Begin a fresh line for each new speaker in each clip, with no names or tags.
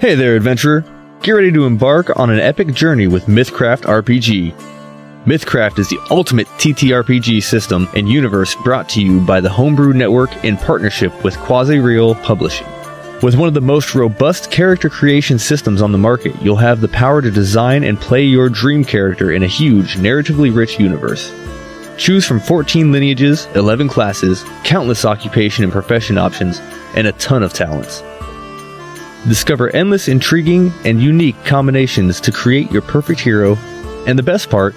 Hey there, adventurer! Get ready to embark on an epic journey with Mythcraft RPG. Mythcraft is the ultimate TTRPG system and universe brought to you by the Homebrew Network in partnership with Quasi Real Publishing. With one of the most robust character creation systems on the market, you'll have the power to design and play your dream character in a huge, narratively rich universe. Choose from 14 lineages, 11 classes, countless occupation and profession options, and a ton of talents. Discover endless, intriguing, and unique combinations to create your perfect hero, and the best part,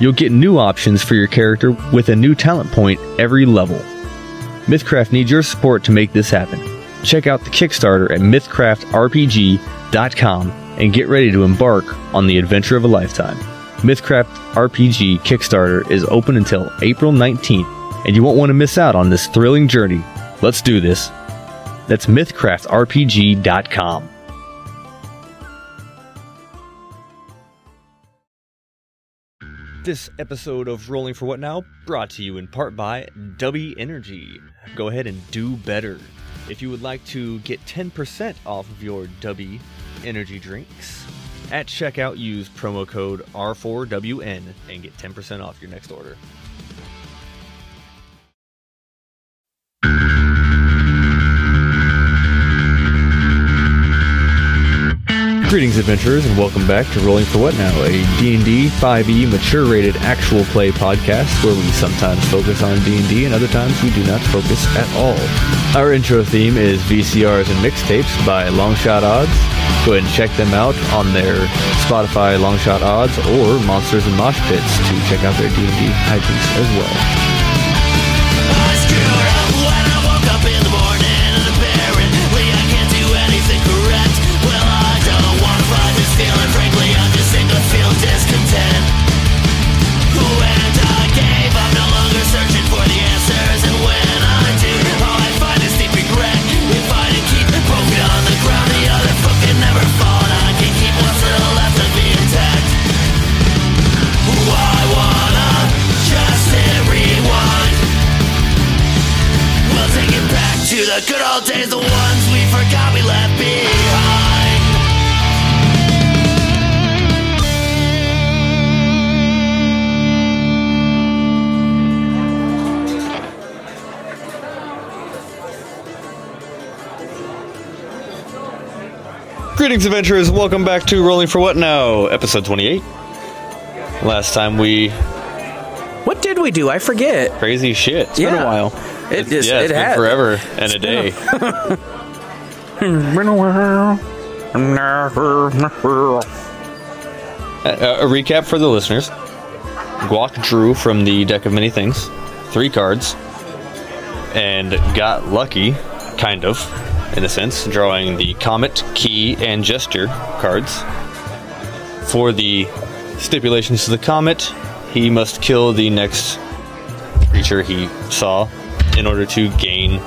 you'll get new options for your character with a new talent point every level. Mythcraft needs your support to make this happen. Check out the Kickstarter at mythcraftrpg.com and get ready to embark on the adventure of a lifetime. Mythcraft RPG Kickstarter is open until April 19th, and you won't want to miss out on this thrilling journey. Let's do this. That's mythcraftrpg.com. This episode of Rolling for What Now brought to you in part by W Energy. Go ahead and do better. If you would like to get 10% off of your W Energy drinks, at checkout use promo code R4WN and get 10% off your next order. Greetings, adventurers, and welcome back to Rolling for What Now, a D&D 5e mature-rated E actual play podcast where we sometimes focus on D&D and other times we do not focus at all. Our intro theme is VCRs and mixtapes by Longshot Odds. Go ahead and check them out on their Spotify Longshot Odds or Monsters and Mosh Pits to check out their D&D hybrids as well.
I screwed up when I woke up in the morning and apparently I can't do anything correct. Well, I don't wanna fight this feeling, frankly, I'm just sick of feeling discontent. When I gave, I'm no longer searching for the answers, and when I do, all I find is deep regret. If I did keep broken on the ground, the other foot can never fall, and I can keep what's little left of me intact. I wanna just hit rewind. We'll take it back to the good old days, the ones we forgot we left behind.
Greetings, adventurers. Welcome back to Rolling for What Now, episode 28. Last time we
What did we do? I forget.
crazy shit. It's been
Yeah.
a while.
It
It's-
is-
yeah, it's
it
been
has.
forever and a day.
Been a while.
Uh, A, a recap for the listeners. Guac drew from the deck of many things, three cards, and got lucky, kind of, in a sense, drawing the Comet, Key, and Gesture cards. For the stipulations to the Comet, he must kill the next creature he saw in order to gain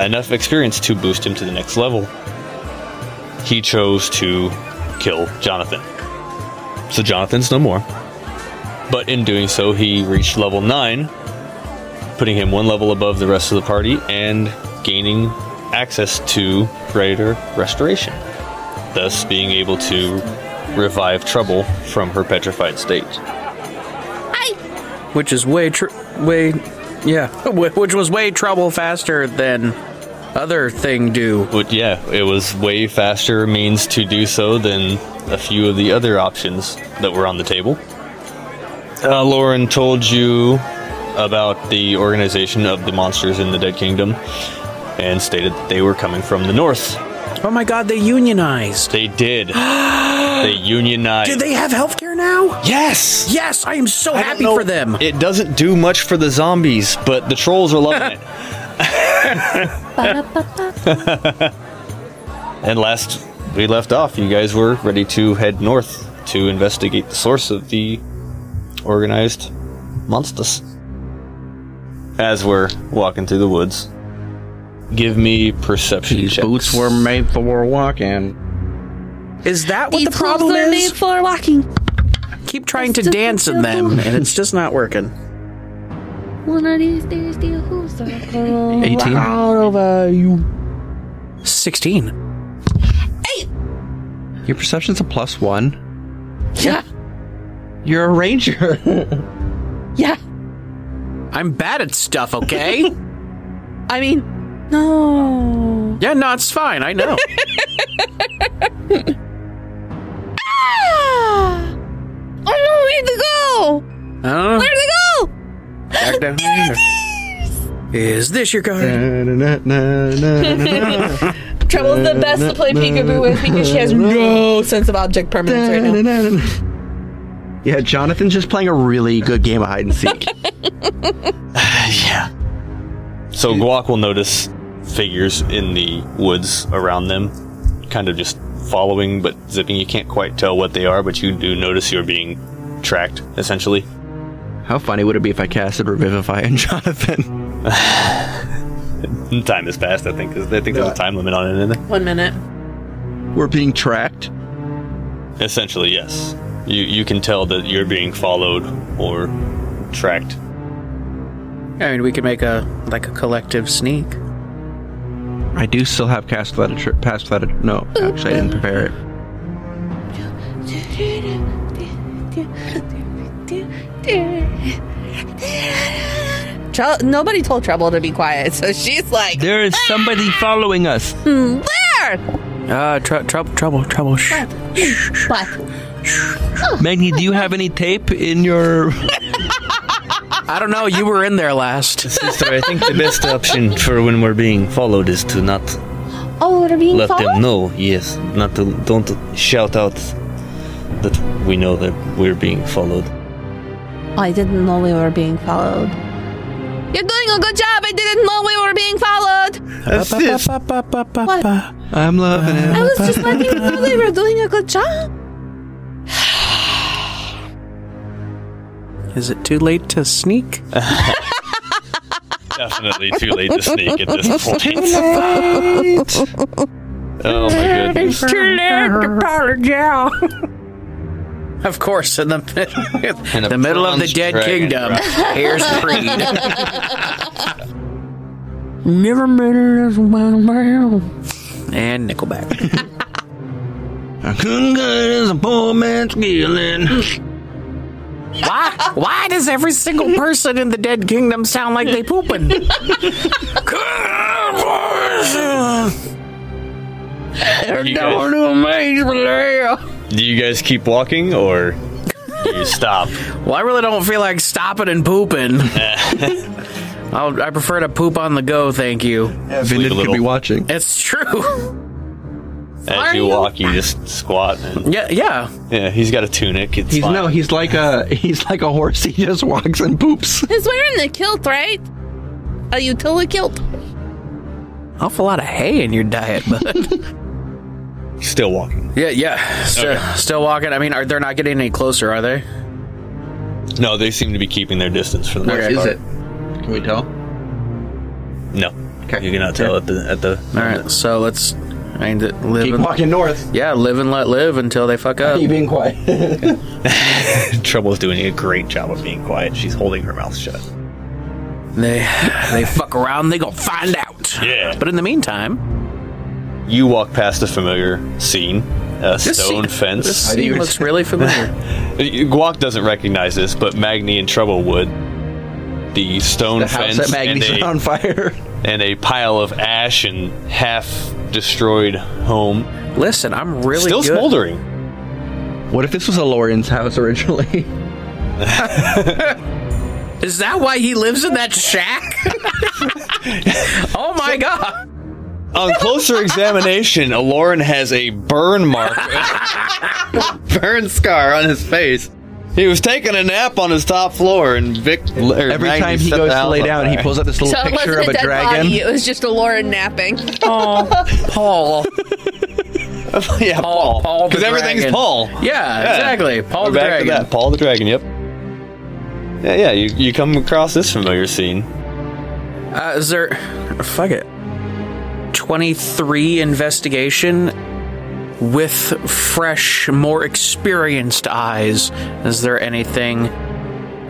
enough experience to boost him to the next level. He chose to kill Jonathan. So Jonathan's no more. But in doing so, he reached level 9, putting him one level above the rest of the party and gaining access to greater restoration, thus being able to revive Trouble from her petrified state.
Which is way, tr- way, yeah, wh- which was way trouble faster than other thing do.
But yeah, it was way faster means to do so than a few of the other options that were on the table. Uh, Lauren told you about the organization of the monsters in the Dead Kingdom and stated that they were coming from the north.
Oh my God, they unionized.
They did. they unionized.
Do they have healthcare now?
Yes!
Yes, I am so
I don't
happy
know-
for them.
It doesn't do much for the zombies, but the trolls are loving it. and last we left off, you guys were ready to head north to investigate the source of the organized monsters. As we're walking through the woods, give me perception checks.
made for walking.
Is that what the
These
problem
holes are made
is?
for walking.
Keep trying to
That's the
dance in them,
problem.
and it's just not working.
One of these days, the holes are for
18.
Sixteen.
Your perception's a plus one.
Yeah.
You're a ranger.
Yeah.
I'm bad at stuff, okay?
I mean, no.
yeah, no, it's fine. I know.
Ah! I don't know where to go.
I don't know.
Where to go?
Back down
Is this your card?
under.
Treble's the best to play peekaboo with because she has no sense of object permanence right now.
yeah, Jonathan's just playing a really good game of hide and seek.
So Guac will notice figures in the woods around them, kind of just following but zipping. You can't quite tell what they are, but you do notice you're being tracked, essentially.
How funny would it be if I casted Revivify on Jonathan?
Time has passed, I think. 'cause I think there's a time limit on it, isn't there?
One minute.
We're being tracked.
Essentially, yes. You you can tell that you're being followed or tracked.
I mean, we could make a like a collective sneak.
I do still have cast without a trip. Pass without a no. Actually, I didn't prepare it.
Tre- nobody told Treble to be quiet, so she's like,
There is somebody following us.
there!
Uh, tr- trouble, trouble, trouble. Shh.
What?
Maggie, do you have any tape in your?
I don't know. You were in there last.
Sister, I think the best option for when we're being followed is to not
Oh, we're being followed?
know. Yes, not to don't shout out that we know that we're being followed.
I didn't know we were being followed. You're doing a good job. I didn't know we were being followed.
I'm loving
I
it.
was just letting you know we were doing a good job.
Is it too late to sneak?
Definitely too late to sneak at this point. oh my goodness.
Of course, in the
And a
the middle of the
bronze
dead
dragon
kingdom.
rock.
Here's Creed.
Never murdered as well.
and Nickelback.
Good as a poor man's feeling.
Why? Why does every single person in the dead kingdom sound like they pooping?
You guys- Do you guys keep walking or do you stop?
Well, I really don't feel like stopping and pooping. I'll, I prefer to poop on the go, thank you.
Sleep a
Vinod could
little.
be watching.
It's true.
As you walk, you just squat. And,
Yeah, yeah.
yeah, he's got a tunic. It's
He's
fine.
no, he's like a he's like a horse. He just walks and poops.
He's wearing the kilt, right? A utility kilt.
Awful lot of hay in your diet, but
still walking.
yeah, yeah. Still, still walking. I mean, are they're not getting any closer, are they?
No, they seem to be keeping their distance for the most part.
Can we tell?
No,
Okay.
you cannot tell
Yeah.
at the at the.
All right, so let's. I need to live.
Keep
And,
walking north.
yeah, live and let live until they fuck up.
Keep being quiet.
Trouble's doing a great job of being quiet. She's holding her mouth shut.
They they fuck around. They gonna find out.
Yeah.
But in the meantime,
You walk past a familiar scene, a
this
stone
scene-
fence. Uh,
This
do you-
scene looks really familiar.
Guac doesn't recognize this, but Magni and Trouble would. The stone
the
fence
house that Maggie
and
set
a,
on fire.
and a pile of ash and half destroyed home,
Listen, I'm really
still
good.
smoldering.
What if this was a Lauren's house originally?
Is that why he lives in that shack? oh my god!
On closer examination, Aloran has a burn mark, burn scar on his face. He was taking a nap on his top floor, and Vic. or
Every
Magni
time he
stepped
goes to
out
lay
on
down, he
there.
pulls up this little
So it
picture
wasn't
of
a
a
dead
dragon.
body. It was just a Lauren napping.
Paul.
yeah,
Paul. Paul the
because everything's
dragon.
Paul.
Yeah, exactly. Paul
We're
the
back
dragon.
To that. Paul the Dragon, yep. Yeah, yeah, you, you come across this familiar scene.
Uh, is there? Fuck it. Twenty-three investigation with fresh, more experienced eyes. Is there anything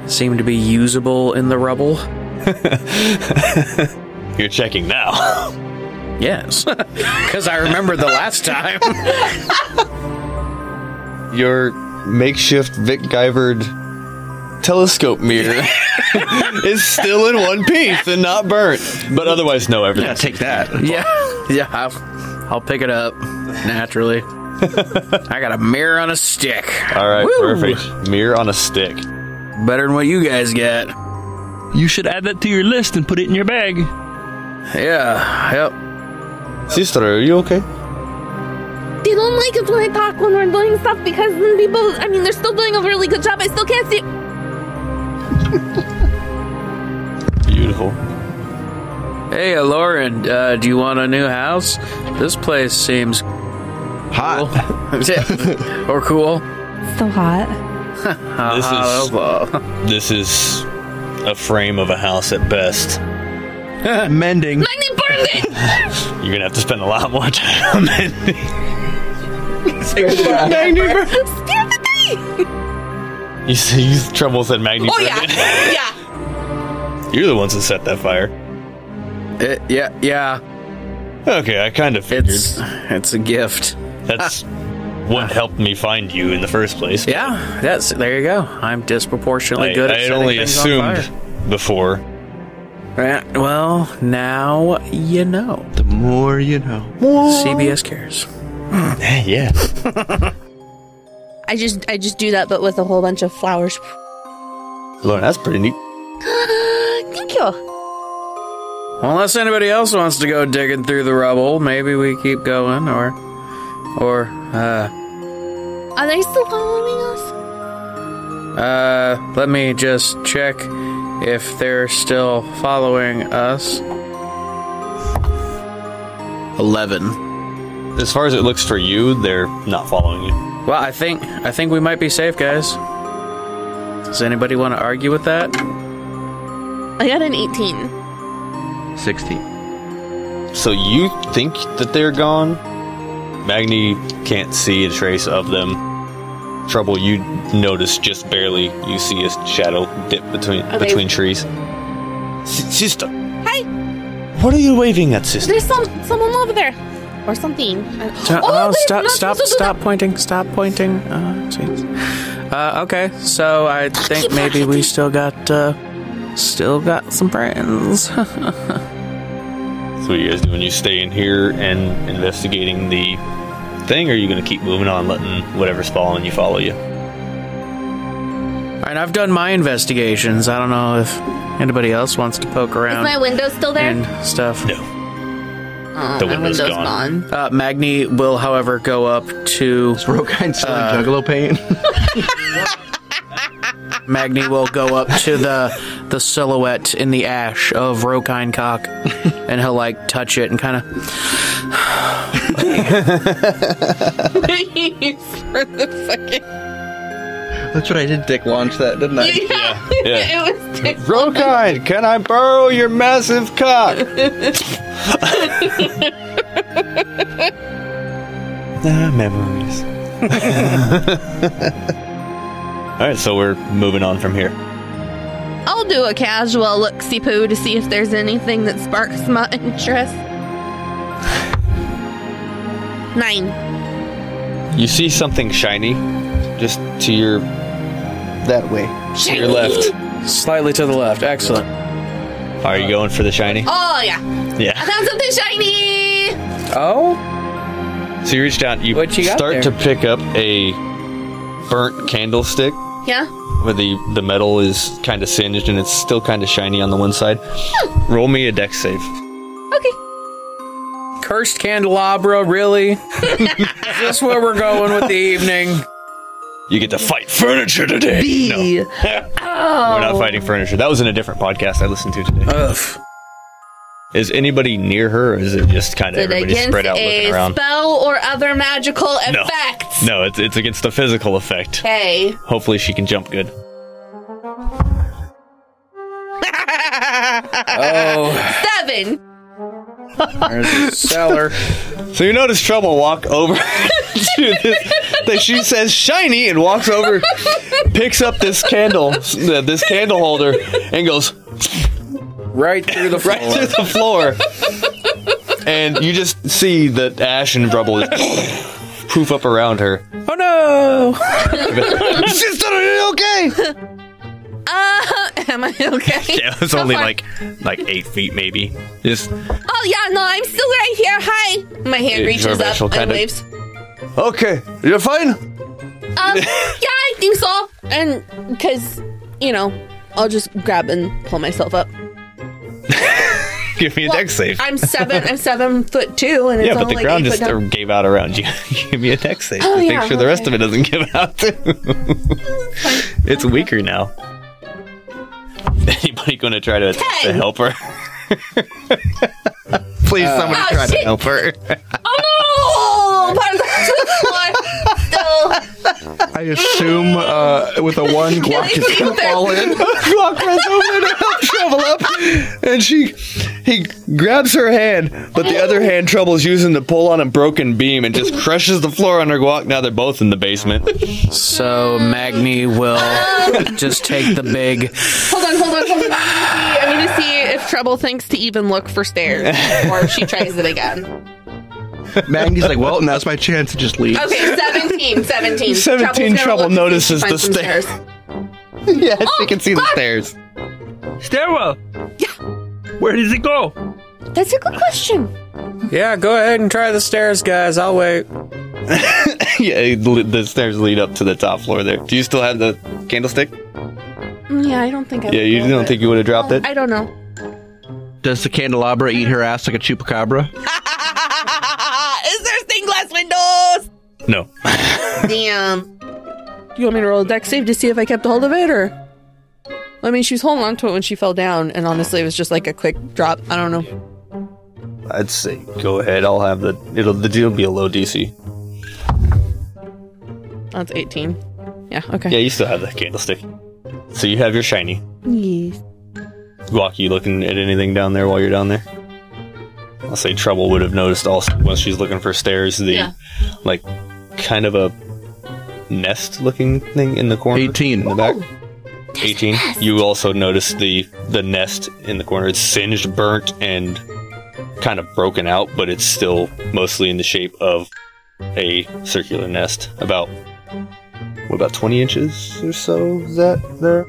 seem to be usable in the rubble?
You're checking now.
Yes, because I remember the last time.
your makeshift Vic Guyvered telescope mirror is still in one piece and not burnt, but otherwise, no, everything.
take that.
Yeah, yeah. I'll, I'll pick it up naturally. I got a mirror on a stick.
All right,
Woo!
perfect. Mirror on a stick.
Better than what you guys get.
You should add that to your list and put it in your bag.
Yeah. Yep.
Sister, are you okay?
They don't like us when I talk when we're doing stuff because then people, I mean, they're still doing a really good job. I still can't see.
Beautiful.
Hey, Lauren. Uh, do you want a new house? This place seems cool.
Hot.
or cool.
So hot.
This is
Uh,
this is a frame of a house at best.
Mending.
You're gonna have to spend a lot more time on that. You see, you trouble said Magni.
Oh yeah, yeah.
You're the ones that set that fire.
it, yeah, yeah.
Okay, I kind of figured.
It's it's a gift.
That's what helped me find you in the first place.
Yeah, that's there. You go. I'm disproportionately
I,
good.
I
at
had
setting
only
things on
assumed before.
fire. Eh, Well, now you know.
The more you know.
CBS cares.
yeah.
I just I just do that, but with a whole bunch of flowers.
Lauren, that's pretty neat.
Thank you.
Unless anybody else wants to go digging through the rubble, maybe we keep going, or, or, uh,
Are they still following us?
uh, let me just check if they're still following us. Eleven.
As far as it looks for you, they're not following you.
Well, I think I think we might be safe, guys. Does anybody want to argue with that?
I got an 18.
16.
So you think that they're gone? Magni can't see a trace of them. Trouble, you notice just barely. You see a shadow dip between
they-
between trees. S- sister. Hey. What are you waving at, sister?
There's some someone over there. Or something. I-
Stop,
Oh,
oh,
wait,
stop,
not
stop,
supposed to do
stop pointing, stop pointing. Uh, jeez. uh, okay, so I think maybe we still got, uh, still got some friends.
So what are you guys doing? You stay in here and investigating the thing, or are you going to keep moving on, letting whatever's following you follow you?
and I've done my investigations. I don't know if anybody else wants to poke
Is
around
my window still there?
and stuff.
No.
Oh,
The window's gone.
Uh, Magni will, however, go up to
Brokine's still in juggalo pain.
Magni will go up to the the silhouette in the ash of Rokine Cock, and he'll like touch it and kind of
for the fucking.
That's what I did dick launch that, didn't I?
Yeah,
yeah.
it was. Dick.
Rokine, can I borrow your massive cock? ah, memories. All right, so we're moving on from here.
I'll do a casual look see poo to see if there's anything that sparks my interest.
Nine.
You see something shiny, just to your that way, to your left.
slightly to the left. Excellent.
Are you going for the shiny?
Oh, yeah.
Uh, Yeah.
I found something shiny.
Oh.
So you reach down, you,
What you got
start
there?
to pick up a burnt candlestick
Yeah.
where the, the metal is kind of singed and it's still kind of shiny on the one side. Roll me a dex save.
Okay.
Cursed candelabra, really? Is this where we're going with the evening?
You get to fight furniture today. No, we're not fighting furniture. That was in a different podcast I listened to today.
Ugh.
Is anybody near her or is it just kind of
But
everybody
against
spread out looking
a
around?
spell or other magical
No.
effects.
No, it's, it's against the physical effect.
Okay.
Hopefully she can jump good.
Oh,
Seven.
there's a cellar.
So you notice Trouble walk over to this that she says shiny and walks over, picks up this candle, uh, this candle holder, and goes
Right through the
right
floor.
to the floor. And you just see that ash and rubble is poof up around her.
Oh no! Whoa!
Sister, are you okay?
Uh, am I okay?
Yeah, it's
So
only
far-
like like eight feet maybe. Just
Oh yeah, no, I'm still right here. Hi. My hand
Yeah,
reaches up
Zorbash will
and
kinda-
waves.
okay. You're fine.
Um, yeah, I think so. And because you know, I'll just grab and pull myself up.
Give me a deck save.
I'm seven. I'm seven foot two, and it's
yeah, but the
only like
ground
eight
just
foot
uh,
down.
gave out around you. Give me a deck save
Oh,
to
yeah,
make sure the rest of
okay.
it doesn't give out too. it's weaker now. Anybody going to try to attempt to
Ten.
help her? Uh, Please, somebody
Oh,
try to
shit.
help her.
Oh, part of the floor.
I assume uh, with a one, Glock is gonna fall in.
Glock runs over to help Trouble up, and she he grabs her hand, but the other hand Trouble's using to pull on a broken beam and just crushes the floor under Glock. Now they're both in the basement.
So Magni will just take the big.
Hold on, hold on, hold on. I need to see if Trouble thinks to even look for stairs, or if she tries it again.
Maggie's like, well, now's my chance to just
Oh.
leave.
Okay, 17, 17.
17
Trouble's gonna
Trouble
look to see
notices
if she finds
the
some
stair. yeah, she can see the stairs.
Stairwell. Where does it go?
That's a good question.
Yeah, go ahead and try the stairs, guys. I'll wait.
yeah, it li- the stairs lead up to the top floor there. Do you still have the candlestick?
Mm, Yeah, I don't think I.
Yeah,
would
you
roll
don't
it.
think you would have dropped it?
I don't know.
Does the candelabra eat her ass like a chupacabra?
Ah, Is there stained glass windows?
No.
Damn. You want me to roll a deck save to see if I kept a hold of it, or? I mean, she was holding on to it when she fell down, and honestly, it was just like a quick drop. I don't know.
I'd say go ahead. I'll have the it'll the deal be a low DC.
That's 18. Yeah, okay.
Yeah, you still have the candlestick. So you have your shiny.
Yes.
Guac, you looking at anything down there while you're down there? I'll say Trouble would have noticed also once she's looking for stairs, the
Yeah.
like kind of a nest looking thing in the corner.
18.
in the back. 18. You also notice the the nest in the corner. It's singed, burnt, and kind of broken out, but it's still mostly in the shape of a circular nest. About what about 20 inches or so? Is that there?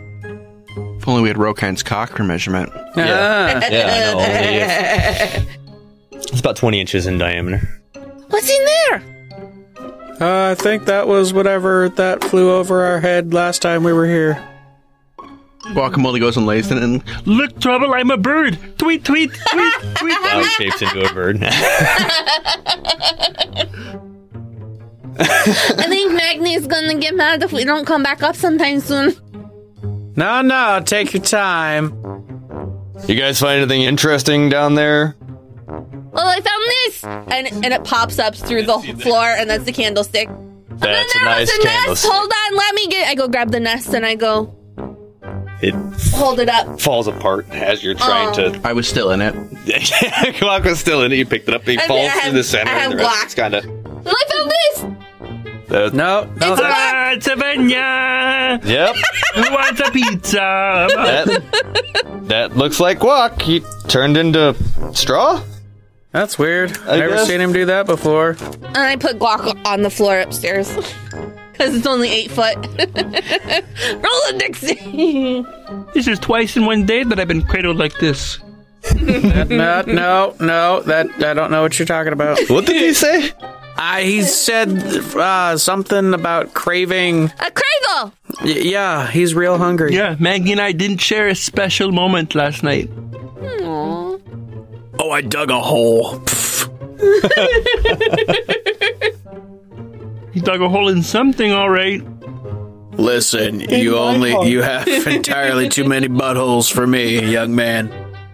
If only we had Rokine's cock for measurement.
Ah.
Yeah. Yeah, I know. only if- It's about 20 inches in diameter.
What's in there?
Uh, I think that was whatever that flew over our head last time we were here.
Guacamole goes and lays in it and look, trouble, I'm a bird. Tweet, tweet, tweet, tweet.
Wow, it shapes into a bird.
I think Magni's gonna get mad if we don't come back up sometime soon.
No, no, take your time.
you guys find anything interesting down there?
Well, I found this, and and it pops up through the floor, and that's the candlestick.
That's a
and there was
nice
a nest.
candlestick.
Hold on, let me get. I go grab the nest, and I go
It
hold it up.
falls apart as you're trying to
Oh.
I was still in it.
Glock was still in it. You picked it up. He
I
falls
have-
through the center.
I have
and the rest
Glock.
It's kind of.
I found this.
No, no,
It's
that,
a
Savannah,
Yep.
who wants a pizza?
That, that looks like Glock. He turned into straw.
that's weird.
I
Never
guess-
seen him do that before.
And I put Glock on the floor upstairs. Because it's only eight foot. Roll a Dixie.
This is twice in one day that I've been cradled like this.
no, no, no, that I don't know what you're talking about.
What did he say?
I he said uh, something about craving.
A cradle.
Y- yeah, he's real hungry.
Yeah, Maggie and I didn't share a special moment last night.
Oh, I dug a hole. Pff.
He dug a hole in something, all right.
Listen, you only you have entirely too many buttholes for me, young man.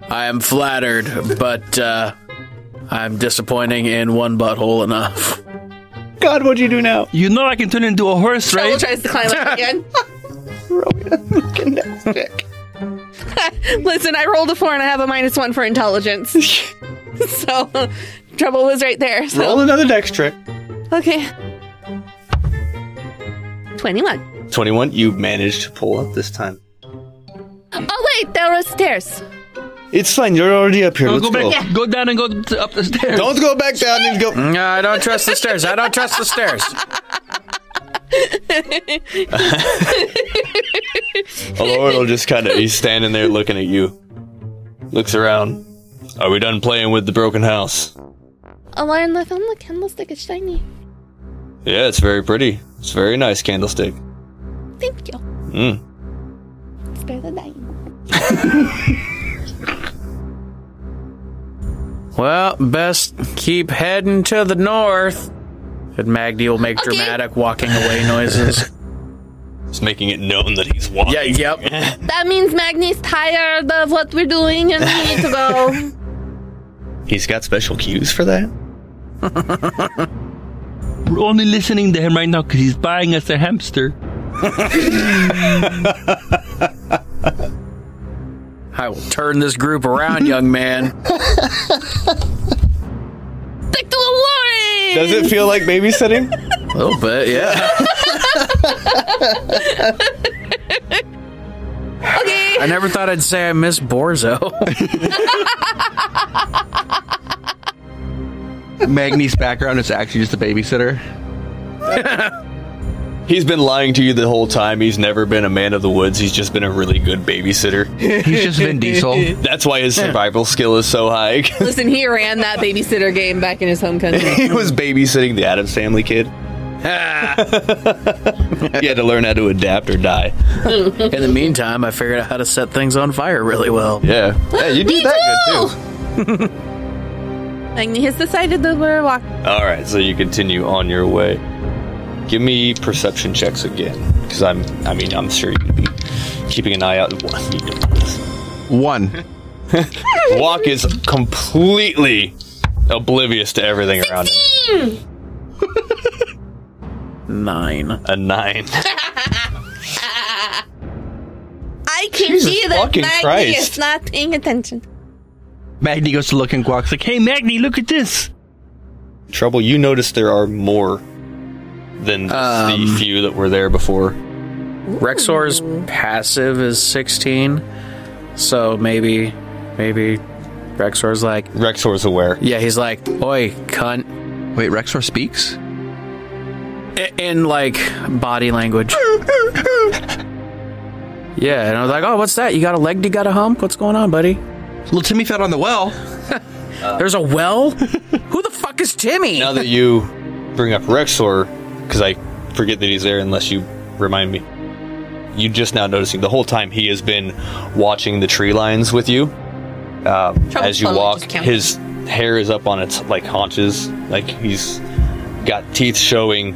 I am flattered, but uh, I'm disappointing in one butthole enough.
God, what'd you do now?
You know I can turn into a horse,
Trouble
right?
tries to climb up again. Listen, I rolled a four and I have a minus one for intelligence. so, Trouble was right there. So,
Roll another dex trick.
okay. 21.
21. You managed to pull up this time.
Oh, wait, there was stairs.
It's fine. You're already up here.
Go
Let's
back,
go.
go down and go t- up the stairs.
Don't go back down and go.
No, I don't trust the stairs. I don't trust the stairs.
Alorial just kind of he's standing there looking at you. Looks around. Are we done playing with the broken house?
Alarm, I found the candlestick. It's shiny.
Yeah, it's very pretty. It's a very nice candlestick.
Thank you.
Mm.
Spare the dying.
Well, best keep heading to the north. And Magdy will make dramatic walking away noises.
It's making it known that he's walking.
yeah, yep.
That means Magni's tired of what we're doing and we need to go.
He's got special cues for that.
We're only listening to him right now because he's buying us a hamster.
I will turn this group around, young man.
Stick to Alarm!
Does it feel like babysitting?
A little bit, yeah.
Okay.
I never thought I'd say I miss Borzo.
Magni's background is actually just a babysitter.
he's been lying to you the whole time. He's never been a man of the woods. He's just been a really good babysitter.
He's just Vin Diesel.
That's why his survival skill is so high.
Listen, he ran that babysitter game back in his home country.
he was babysitting the Adams Family kid. he had to learn how to adapt or die.
In the meantime, I figured out how to set things on fire really well.
Yeah. Yeah, you did that good too.
Magni has decided that we're walking.
All right, so you continue on your way. Give me perception checks again, because I'm. I mean, I'm sure you could be keeping an eye out. What? You don't know this.
One.
Walk is completely oblivious to everything around him.
Nine.
A nine.
I can see that
fucking
Magni
Christ.
is not paying attention.
Magni goes to look and Guac's like, hey, Magni, look at this.
Trouble. You notice there are more than just the
Um.
few that were there before.
Rexor's passive is 16. So maybe, maybe Rexor's like,
Rexor's aware.
yeah, he's like, oi, cunt.
Wait, Rexor speaks?
I- In like body language. Yeah, and I was like, oh, what's that? You got a leg? You got a hump? What's going on, buddy?
Little Timmy fell on the well.
There's a well? Who the fuck is Timmy?
Now that you bring up Rexor, because I forget that he's there unless you remind me. You just now noticing the whole time he has been watching the tree lines with you. Um, as you
totally
walk,
just counts.
his hair is up on its like haunches, like he's got teeth showing.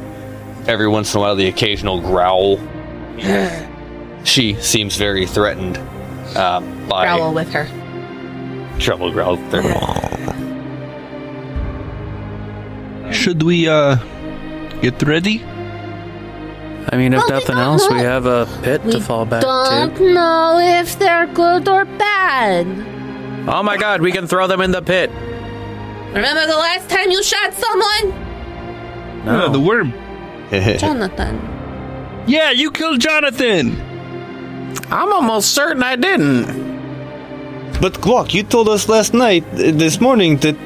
Every once in a while, the occasional growl. she seems very threatened um, by
Growl with her.
trouble growl. There.
Should we, uh, get ready?
I mean, if nothing
don't
else, we
know.
have a pit to fall back
Don't
to.
know if they're good or bad.
Oh my god, we can throw them in the pit.
Remember the last time you shot someone?
Uh, the worm.
Jonathan.
Yeah, you killed Jonathan.
I'm almost certain I didn't.
But Glock, you told us last night, uh, this morning, that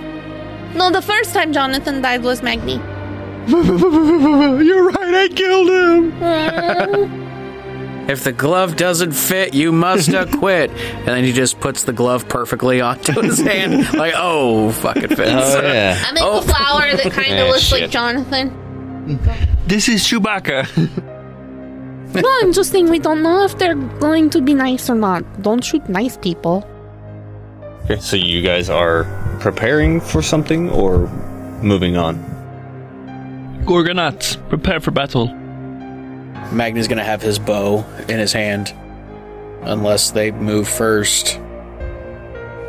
No, the first time Jonathan died was Magni.
You're right, I killed him.
If the glove doesn't fit, you must acquit. And then he just puts the glove perfectly onto his hand. Like, oh, fuck, it fits.
yeah.
I make
Oh.
a flower that kind
Eh,
of looks
shit.
like Jonathan.
This is Chewbacca.
No, I'm just saying we don't know if they're going to be nice or not. Don't shoot nice people.
Okay, so you guys are preparing for something or moving on?
Gorgonauts, prepare for battle.
Magna's gonna have his bow in his hand. Unless they move first.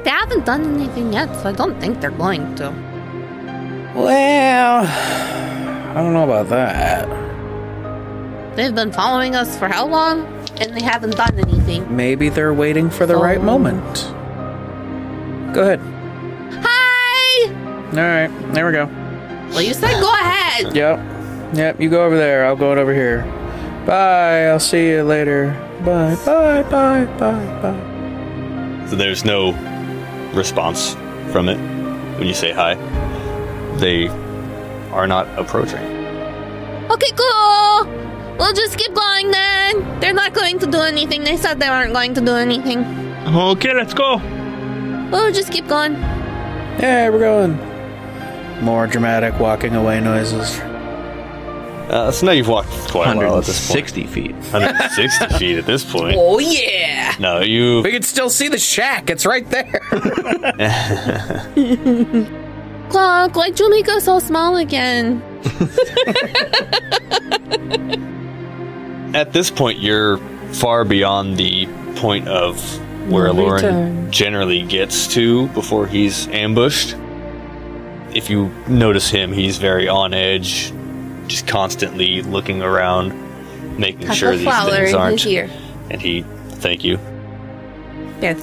They haven't done anything yet, so I don't think they're going to.
Well, I don't know about that.
They've been following us for how long? And they haven't done anything.
Maybe they're waiting for the right moment. Go ahead.
Hi!
All right, there we go.
Well, you said go ahead.
Yep. Yep, you go over there. I'll go over here. Bye. I'll see you later. Bye. Bye. Bye. Bye. Bye.
So there's no response from it when you say hi. They are not approaching.
Okay, cool. We'll just keep going then. They're not going to do anything. They said they weren't going to do anything.
Okay, let's go.
We'll just keep going.
Yeah, we're going. More dramatic walking away noises.
Uh, so now you've walked quite a while at this point.
160 feet.
160 feet at this point.
Oh yeah.
No, you
We can still see the shack. It's right there.
Clock, why'd you make us all small again?
at this point you're far beyond the point of where
No
Lauren
return.
generally gets to before he's ambushed. If you notice him, he's very on edge, just constantly looking around, making sure these things aren't. And he, thank you.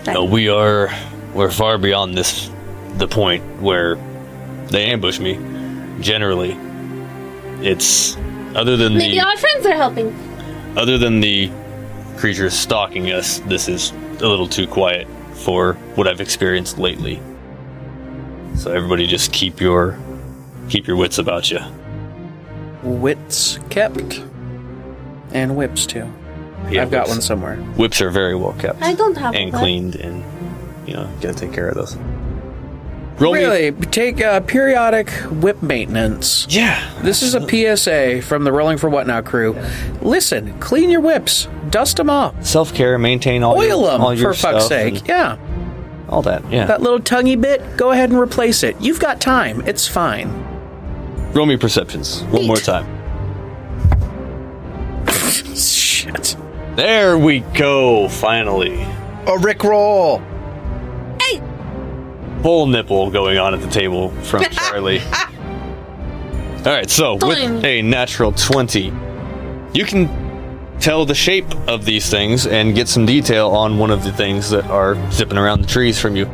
No, we are we're far beyond this the point where they ambush me. Generally, it's other than
Maybe
the
our friends are helping.
other than the creatures stalking us, this is a little too quiet for what I've experienced lately. So everybody just keep your keep your wits about you.
Wits kept. And whips too. I've got one somewhere.
Whips are very well kept
I don't have
and
one.
cleaned, and you know gotta take care of those. Roll me-
Really, take uh, periodic whip maintenance.
yeah.
This is a PSA from the Rolling for What Now crew. Listen, clean your whips, dust them up,
Self care, maintain all
oil
your,
them
all your
for fuck's
stuff and
sake. Yeah,
all that. Yeah.
that little tonguey bit, go ahead and replace it. You've got time. It's fine.
Roll me perceptions one more time.
Shit.
There we go. Finally,
A Rick roll.
bull nipple going on at the table from Charlie. All right, so with
Dang.
a natural 20, you can tell the shape of these things and get some detail on one of the things that are zipping around the trees from you.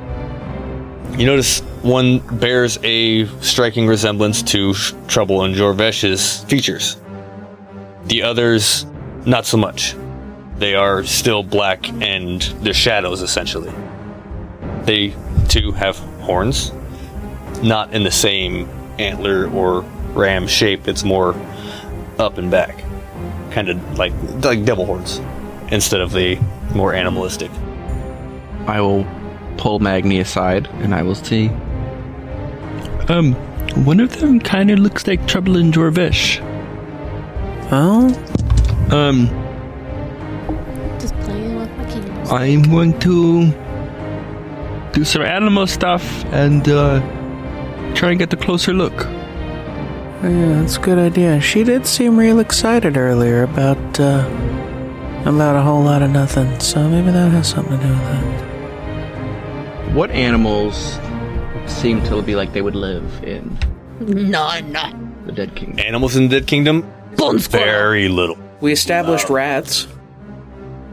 You notice one bears a striking resemblance to Sh- Trouble and Jorvesh's features. The others, not so much. They are still black and they're shadows, essentially. They too have horns, not in the same antler or ram shape. It's more up and back, kind of like like devil horns, instead of the more animalistic.
I will pull Magni aside and I will see. Um, one of them kind of looks like Trouble in Jorvish.
Oh,
Um,
Just playing with my kingdoms.
I'm going to do some animal stuff and uh, try and get a closer look.
yeah, that's a good idea. She did seem real excited earlier about uh, about a whole lot of nothing, so maybe that has something to do with that.
What animals seem to be like they would live in
No, I'm not.
the Dead Kingdom?
Animals in the Dead Kingdom,
Bone squirrel.
very little.
We established rats.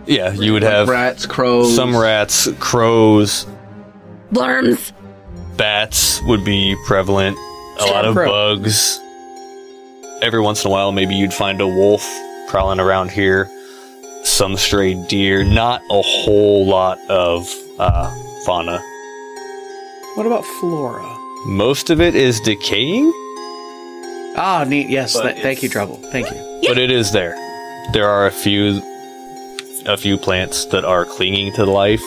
Yeah, you would have
rats, crows,
some rats, crows,
Blurms.
bats would be prevalent. A lot of
Scarecrow.
bugs. Every once in a while, maybe you'd find a wolf prowling around here. Some stray deer. Not a whole lot of uh, fauna.
What about flora?
Most of it is decaying,
Ah, neat. Yes,
But
th- thank
it's-
you, Trouble. Thank you.
but it is there. There are a few, a few plants that are clinging to life.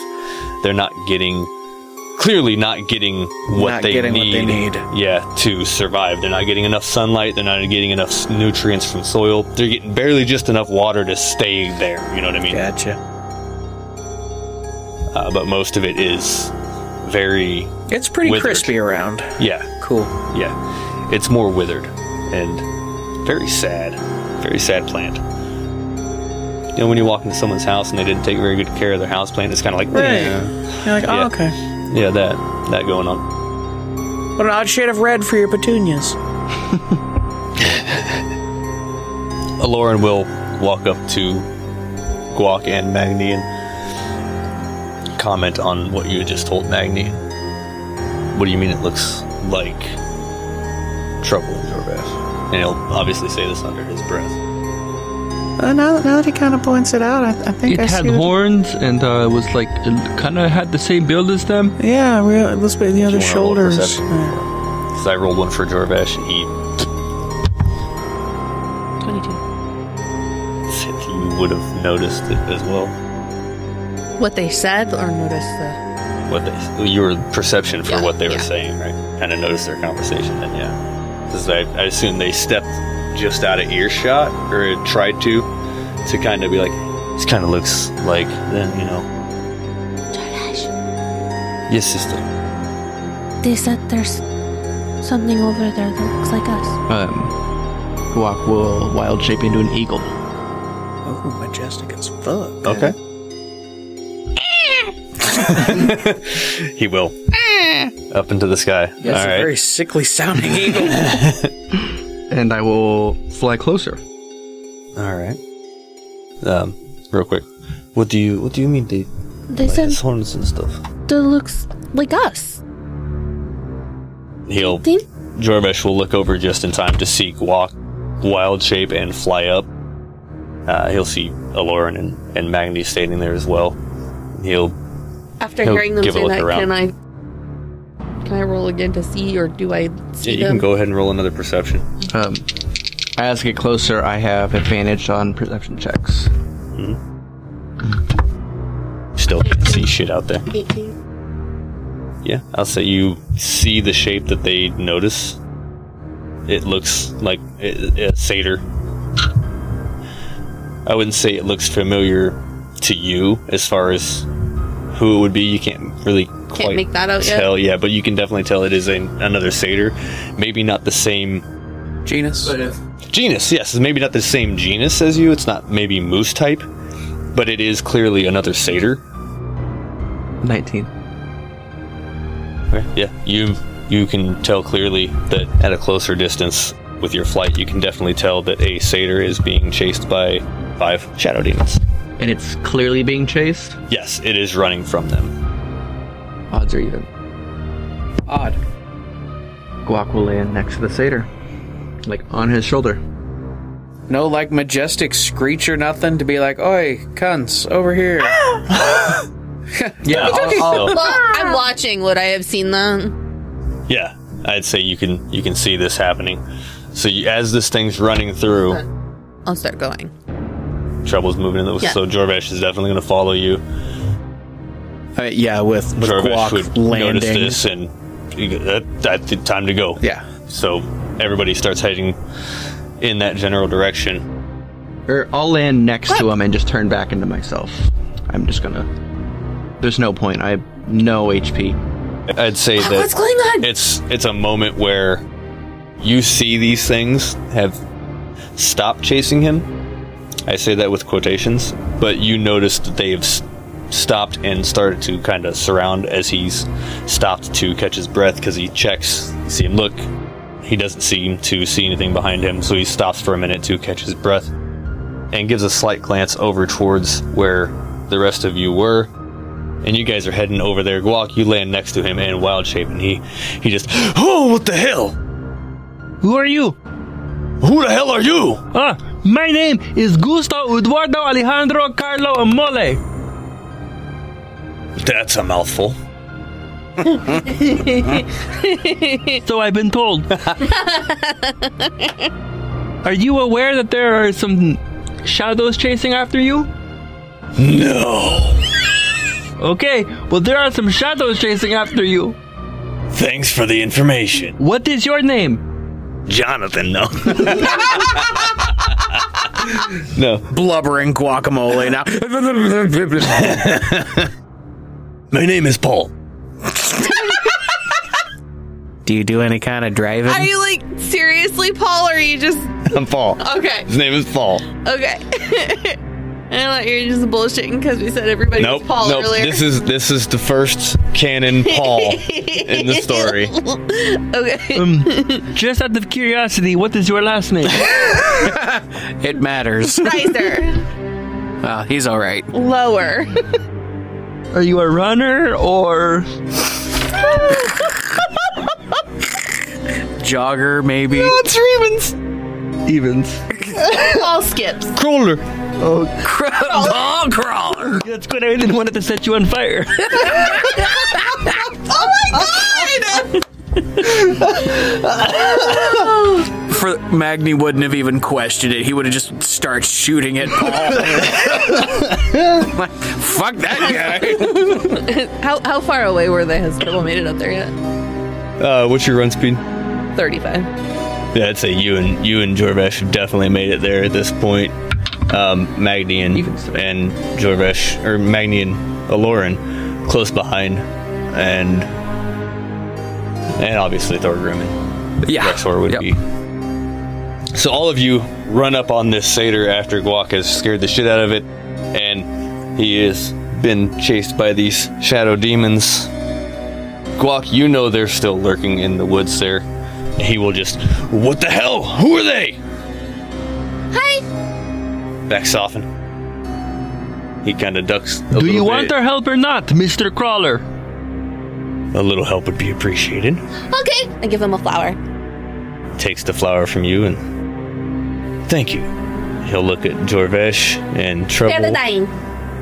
They're not getting, clearly not getting what
Not
they
getting what
need.
they need.
Yeah, to survive. They're not getting enough sunlight. They're not getting enough s- nutrients from soil. They're getting barely just enough water to stay there. You know what I mean?
Gotcha.
Uh, but most of it is very,
It's pretty
Withered.
crispy around.
yeah,
Cool.
Yeah, it's more withered and very sad. Very sad plant. You know, when you walk into someone's house and they didn't take very good care of their house plant, it's kind of like,
Right.
yeah,
You're like, oh,
Yeah.
okay.
yeah, that, that going on.
What an odd shade of red for your petunias.
Uh, Lauren will walk up to Guac and Magni and comment on what you had just told Magni. What do you mean it looks like trouble in your bed? And he'll obviously say this under his breath.
Uh, now, now that he kind of points it out, I, I think
It
I
had
see what-
horns and uh, was like kind of had the same build as them.
Yeah, real, let's be the other
you wanna roll
shoulders.
perception?
Uh,
Because I rolled one for Jorvesh, and he
22.
you would have noticed it as well.
What they said or noticed the.
What they, your perception for
Yeah,
what they were
yeah.
saying, right? Kind of noticed their conversation, then yeah. Because I, I assume they stepped just out of earshot or tried to, to kind of be like, this kind of looks like then, you know. Yes, sister.
They said there's something over there that looks like us.
Um, Guac will wild shape into an eagle.
Oh, majestic as fuck.
Okay. he will. Up into the sky.
That's
All
a
right.
very sickly sounding eagle.
And I will fly closer.
All right. Um, real quick, what do you what do you mean they
They
like
said
his horns and stuff?
that looks like us.
He'll
Think
Jormesh will look over just in time to seek walk, wild shape, and fly up. Uh, he'll see Aloran and and Magni standing there as well. He'll
After
He'll
hearing them
give a
say
look
that,
around.
can I. Can I roll again to see or do I see
you
them?
can go ahead and roll another perception.
Um, as I get closer, I have advantage on perception checks.
Still can't see shit out there. Yeah, I'll say you see the shape that they notice. It looks like a, a satyr. I wouldn't say it looks familiar to you as far as who it would be. You can't really quite
make that out yet?
tell. Yeah, but you can definitely tell it is a, another satyr. Maybe not the same
Genus.
genus. Yes, it's maybe not the same genus as you. It's not maybe moose type, but it is clearly another satyr.
19.
Yeah, you you can tell clearly that at a closer distance with your flight, you can definitely tell that a satyr is being chased by five shadow demons.
And it's clearly being chased.
Yes, it is running from them.
Odds are even.
Odd.
Guac will land next to the satyr, like on his shoulder.
No, like majestic screech or nothing to be like, oi, cunts, over here.
Yeah,
Well,
Ah!
I'm watching. Would I have seen them?
yeah. I'd say you can you can see this happening. So you, as this thing's running through,
I'll start going.
trouble's moving in the
Yeah.
so Jorvesh is definitely going to follow you.
Uh, yeah, with, with
Jorvesh
Guac
would notice
landing.
this and you go, that, that's the time to go.
Yeah.
So everybody starts heading in that general direction.
Or I'll land next to him and just turn back into myself. I'm just gonna. There's no point. I have no HP.
I'd say that
What's going on?
it's it's a moment where you see these things have stopped chasing him. I say that with quotations, but you notice that they have s- stopped and started to kind of surround as he's stopped to catch his breath because he checks, you see him look. He doesn't seem to see anything behind him, so he stops for a minute to catch his breath and gives a slight glance over towards where the rest of you were and you guys are heading over there. Guac, you land next to him and Wild Shape, and he he just, oh, what the hell?
Who are you?
Who the hell are you?
Ah, my name is Gusto Eduardo Alejandro Carlo Amole.
That's a mouthful.
So I've been told. are you aware that there are some shadows chasing after you?
No,
Okay, well, there are some shadows chasing after you.
thanks for the information,
What is your name?
Jonathan. No, no.
Blubbering guacamole now.
My name is Paul.
Do you do any kind of driving?
Are you like seriously, Paul? Or are you just
I'm Paul.
okay?
His name is Paul.
Okay. I thought you were just bullshitting because we said everybody
Nope,
was Paul
nope.
earlier.
This is this is the first canon Paul in the story.
okay.
Just out of curiosity, what is your last name?
It matters.
Riser.
Uh, he's all right.
Lower.
Are you a runner or
Jogger, maybe.
Evans?
All skips.
Crawler.
Ball crawler.
That's good. I didn't want it to set you on fire.
For for Magni wouldn't have even questioned it. He would have just started shooting at Paul. Like, Fuck that guy.
How how far away were they? Has Purple made it up there yet?
Uh, what's your run speed?
Thirty-five.
Yeah, I'd say you and you and Jorvesh have definitely made it there at this point. Um, Magni and, and Jorvesh, or Magni and Aloran, close behind, and and obviously Thorgrim and
Yeah.
Rexor would
Yep.
be. So all of you run up on this satyr after Guak has scared the shit out of it, and he has been chased by these shadow demons. Guak, you know they're still lurking in the woods there. He will just, what the hell? Who are they?
Hi.
Back soften. He kind of ducks. A
Do you
little
want
bit.
our help or not, Mr. Crawler?
A little help would be appreciated.
Okay. I give him a flower.
takes the flower from you and thank you. He'll look at Jorvesh and
They're the
Trouble,
dying.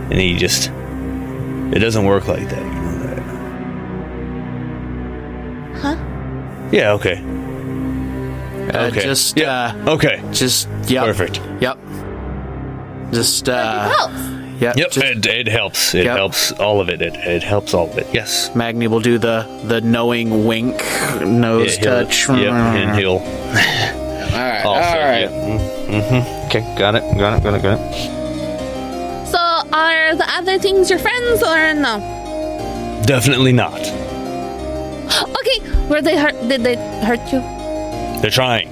and he just it doesn't work like that. You know that?
Huh?
Yeah. Okay.
Uh,
Okay.
Just,
Yeah. Okay.
uh, just, yep.
Perfect.
Yep. Just, uh,
Helps.
yep.
Yep.
just-
it, it helps. It
Yep.
helps all of it. It it helps all of it. Yes.
Magni will do the the knowing wink, nose
Yeah, he'll-
touch. Mm-hmm.
Yep. And he'll. all right. all right. Mm-hmm. Okay. Got it. Got it. Got it. Got it.
So are the other things your friends or no?
Definitely not.
Okay. Were they hurt? Did they hurt you?
They're trying.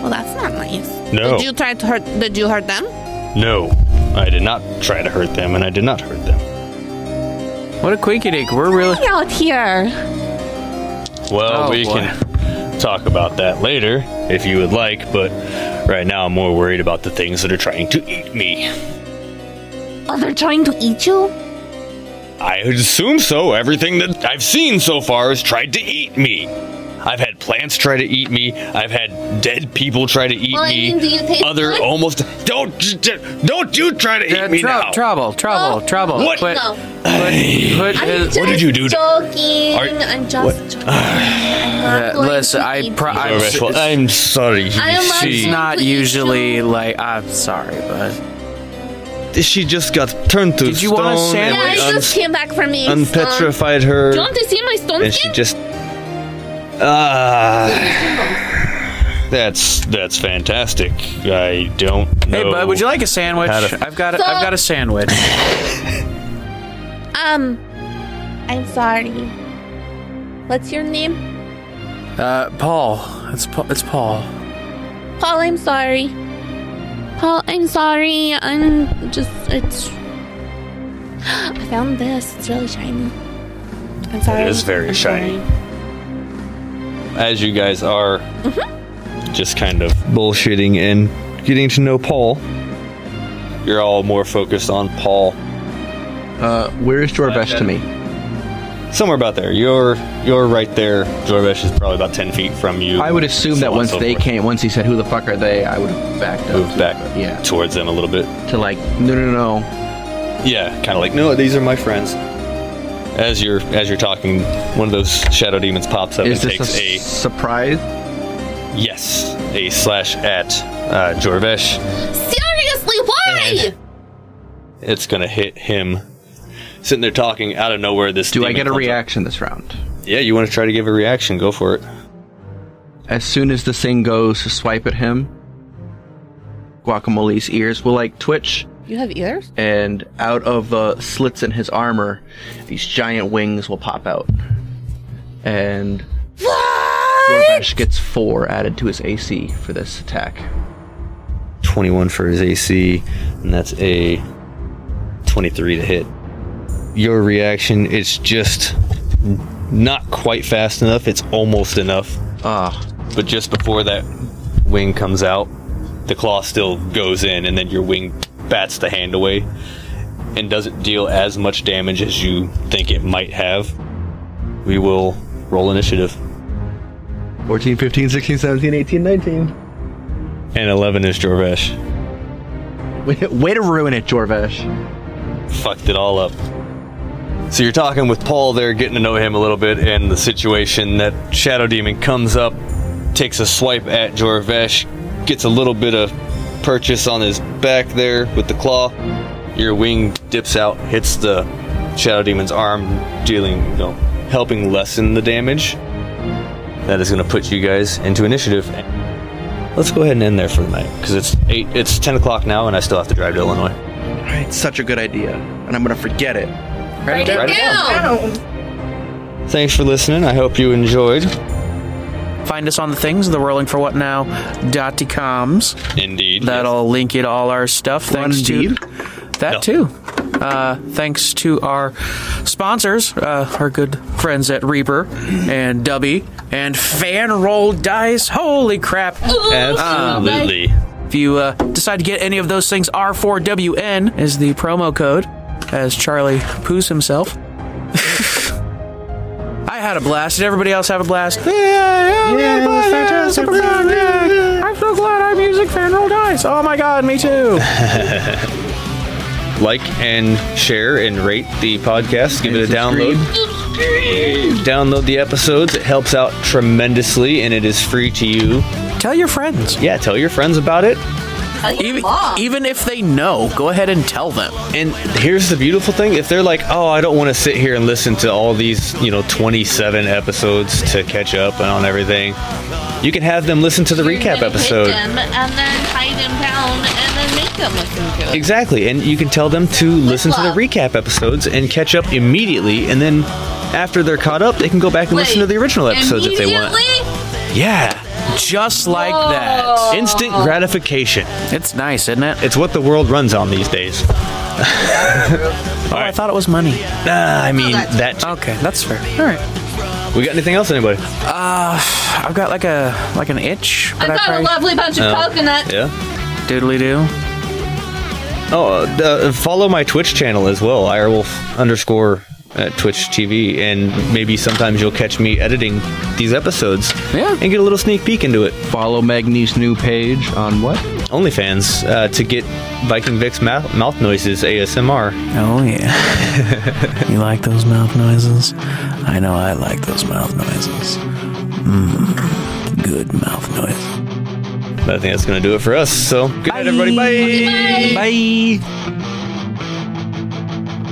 Well, that's not nice.
No.
Did you try to hurt? Did you hurt them?
No, I did not try to hurt them, and I did not hurt them.
What a quinky dink. We're really.
Get out here.
Well,
Oh,
we
boy.
can talk about that later if you would like, but right now I'm more worried about the things that are trying to eat me.
Oh, they're trying to eat you.
I assume so. Everything that I've seen so far has tried to eat me. I've had plants try to eat me. I've had dead people try to eat
Well, I
me.
mean, do you taste
Other
good?
almost don't don't you try to eat
Uh,
me
trou-
now.
Trouble, trouble,
Oh,
trouble.
What?
Put,
No.
put
I'm
his-
just
what did you do to-
Joking.
Are-
I'm just joking. I'm not
uh,
going
listen,
to
I
eat
pro-
you.
I'm,
Rorvesh, well, I'm sorry.
I am
She-
she's
Please.
not
Please
usually
don't.
like. I'm sorry, but
she just got turned to
Did you want a
stone and
Yeah, I
sandwich?
un-
just came back from me.
and petrified her,
Do you want to see my stone
and she
skin?
just ah. that's that's fantastic. I don't know.
hey, bud, would you like a sandwich?
Had a-
I've got, a,
So-
I've got a sandwich.
Um, I'm sorry. What's your name?
Uh, Paul, it's Paul. It's Paul.
Paul, I'm sorry. Paul, I'm sorry. I'm just, it's. I found this. It's really shiny. I'm sorry.
is very
I'm
shiny.
sorry.
as you guys are
Mm-hmm.
just kind of bullshitting and getting to know Paul? You're all more focused on Paul.
Uh, where is Jorvesh to me?
Somewhere about there. You're you're right there. Jorvesh is probably about ten feet from you.
I would assume
So
that
on and
once
so
they
forth.
came, once he said, "Who the fuck are they?" I would have backed up.
move back
Yeah.
towards them a little bit.
to like, no, no, no.
Yeah, kind of like, no, these are my friends. As you're as you're talking, one of those shadow demons pops up
Is
and
this a
takes a,
s- surprise?
yes, a slash at uh, Jorvesh.
Seriously, why?
It's gonna hit him. Sitting there talking, out of nowhere, this.
Do I
demon
get a
comes up.
reaction this round?
Yeah, you want to try to give a reaction? Go for it.
As soon as the thing goes to swipe at him, Guacamole's ears will like twitch,
You have ears?
and out of the slits in his armor, these giant wings will pop out, and Jorvesh gets four added to his AC for this attack.
Twenty-one for his AC, and that's a twenty-three to hit. Your reaction is just not quite fast enough. It's almost enough.
Ah,
But just before that wing comes out, the claw still goes in, and then your wing bats the hand away and doesn't deal as much damage as you think it might have. We will roll initiative.
14, 15, 16, 17, 18, 19.
And 11 is Jorvesh.
Way, way to ruin it, Jorvesh.
fucked it all up. So you're talking with Paul there, getting to know him a little bit, and the situation that Shadow Demon comes up, takes a swipe at Jorvesh, gets a little bit of purchase on his back there with the claw. Your wing dips out, hits the Shadow Demon's arm, dealing, you know, helping lessen the damage. That is going to put you guys into initiative. Let's go ahead and end there for the night because it's eight, it's ten o'clock now, and I still have to drive to Illinois.
It's such a good idea, and I'm gonna forget it.
Write it down.
Thanks for listening. I hope you enjoyed.
Find us on the things, the rolling for what now dot coms.
Indeed.
That'll link you to all our stuff. Thanks
Indeed.
to that too. Uh, thanks to our sponsors, uh, our good friends at Reaper and Dubby and Fan Roll Dice. Holy crap!
uh, Absolutely.
If you uh, decide to get any of those things, R4WN is the promo code, as Charlie poos himself. I had a blast. Did everybody else have a blast? Yeah, yeah, yeah, fantastic. I'm so glad I'm using fan roll dice. Oh my god, me too.
like and share and rate the podcast. Give it a download. Download the episodes. It helps out tremendously and it is free to you.
Tell your friends.
Yeah, tell your friends about it.
Even, even if they know, go ahead and tell them.
And here's the beautiful thing if they're like, oh, I don't want to sit here and listen to all these, you know, 27 episodes to catch up on everything, you can have them listen to the recap episode.
Them and then tie them down and then make them listen to it.
Exactly, and you can tell them to listen to the recap episodes and catch up immediately, and then after they're caught up, they can go back and listen to the original episodes if they want.
Immediately?
Yeah,
Just like
Whoa.
that.
instant gratification.
It's nice, isn't it?
It's what the world runs on these days.
Oh, I thought it was money.
Ah, I mean that.
Okay, Oh, that's fair. All right.
We got anything else, anybody?
I've got like a like an itch, but
I've
I
got a
probably
lovely bunch of coconuts.
Oh. Yeah.
doodly do.
Oh, uh, uh, follow my Twitch channel as well, Irewolf underscore at Twitch TV, and maybe sometimes you'll catch me editing these episodes.
Yeah.
And get a little sneak peek into it.
Follow Magni's new page on what?
OnlyFans uh, to get Viking Vic's mouth, mouth noises ASMR.
Oh yeah. you like those mouth noises? I know I like those mouth noises. Mmm, good mouth noise.
I think that's going to do it for us. So, good night, everybody. Bye.
Bye.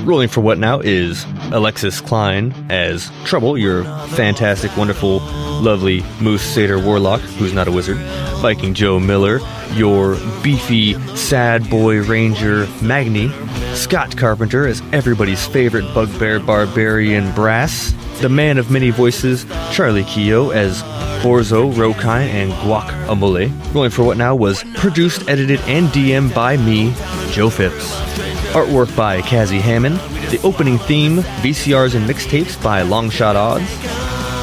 Rolling for what now is Alexis Klein as Trouble, your fantastic, wonderful, lovely Moose Satyr Warlock, who's not a wizard. Viking Joe Miller, your beefy, sad boy ranger Magni. Scott Carpenter as everybody's favorite bugbear barbarian Brass. The man of many voices, Charlie Keogh as Borzo, Rokai, and Guac Amole. Rolling for what now was produced, edited, and DM by me, Joe Phipps. Artwork by Kazzy Hammond. The opening theme, VCRs and mixtapes by Longshot Odds.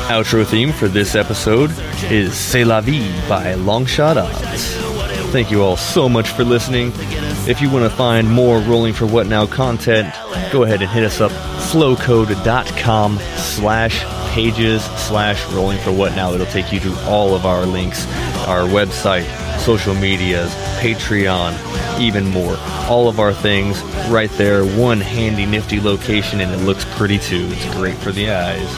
Outro theme for this episode is C'est la vie by Longshot Odds. Thank you all so much for listening. If you want to find more Rolling for What Now content, go ahead and hit us up, flowcode.com slash pages slash Rolling for What Now. It'll take you to all of our links, our website, social medias, Patreon, even more. All of our things right there, one handy nifty location, and it looks pretty too. It's great for the eyes.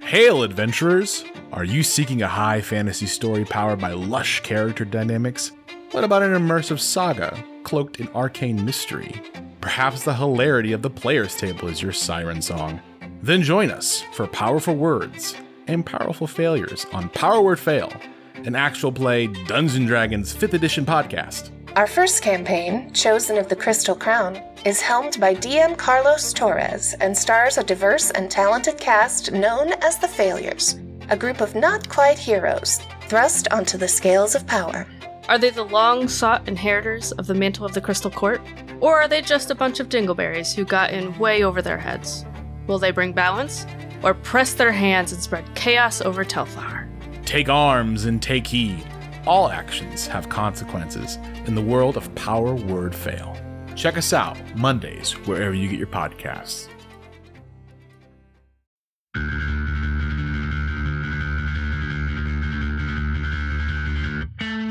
Hail, adventurers! Are you seeking a high fantasy story powered by lush character dynamics? What about an immersive saga cloaked in arcane mystery? Perhaps the hilarity of the player's table is your siren song. Then join us for powerful words and powerful failures on Power Word Fail, an actual play Dungeons and Dragons 5th edition podcast.
Our first campaign, Chosen of the Crystal Crown, is helmed by DM Carlos Torres and stars a diverse and talented cast known as the Failures, a group of not quite heroes thrust onto the scales of power.
Are they the long sought inheritors of the mantle of the Crystal Court? Or are they just a bunch of dingleberries who got in way over their heads? Will they bring balance? Or press their hands and spread chaos over Telfar?
Take arms and take heed. all actions have consequences in the world of Power Word Fail. Check us out Mondays, wherever you get your podcasts.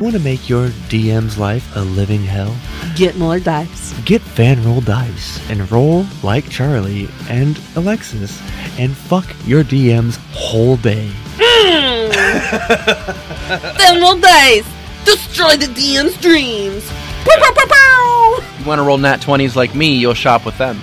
Want to make your DM's life a living hell?
Get more dice.
Get fan roll dice and roll like Charlie and Alexis and fuck your DM's whole day.
Then roll dice. Destroy the DM's dreams. Pow, pow, pow, pow.
You want to roll nat 20s like me, you'll shop with them.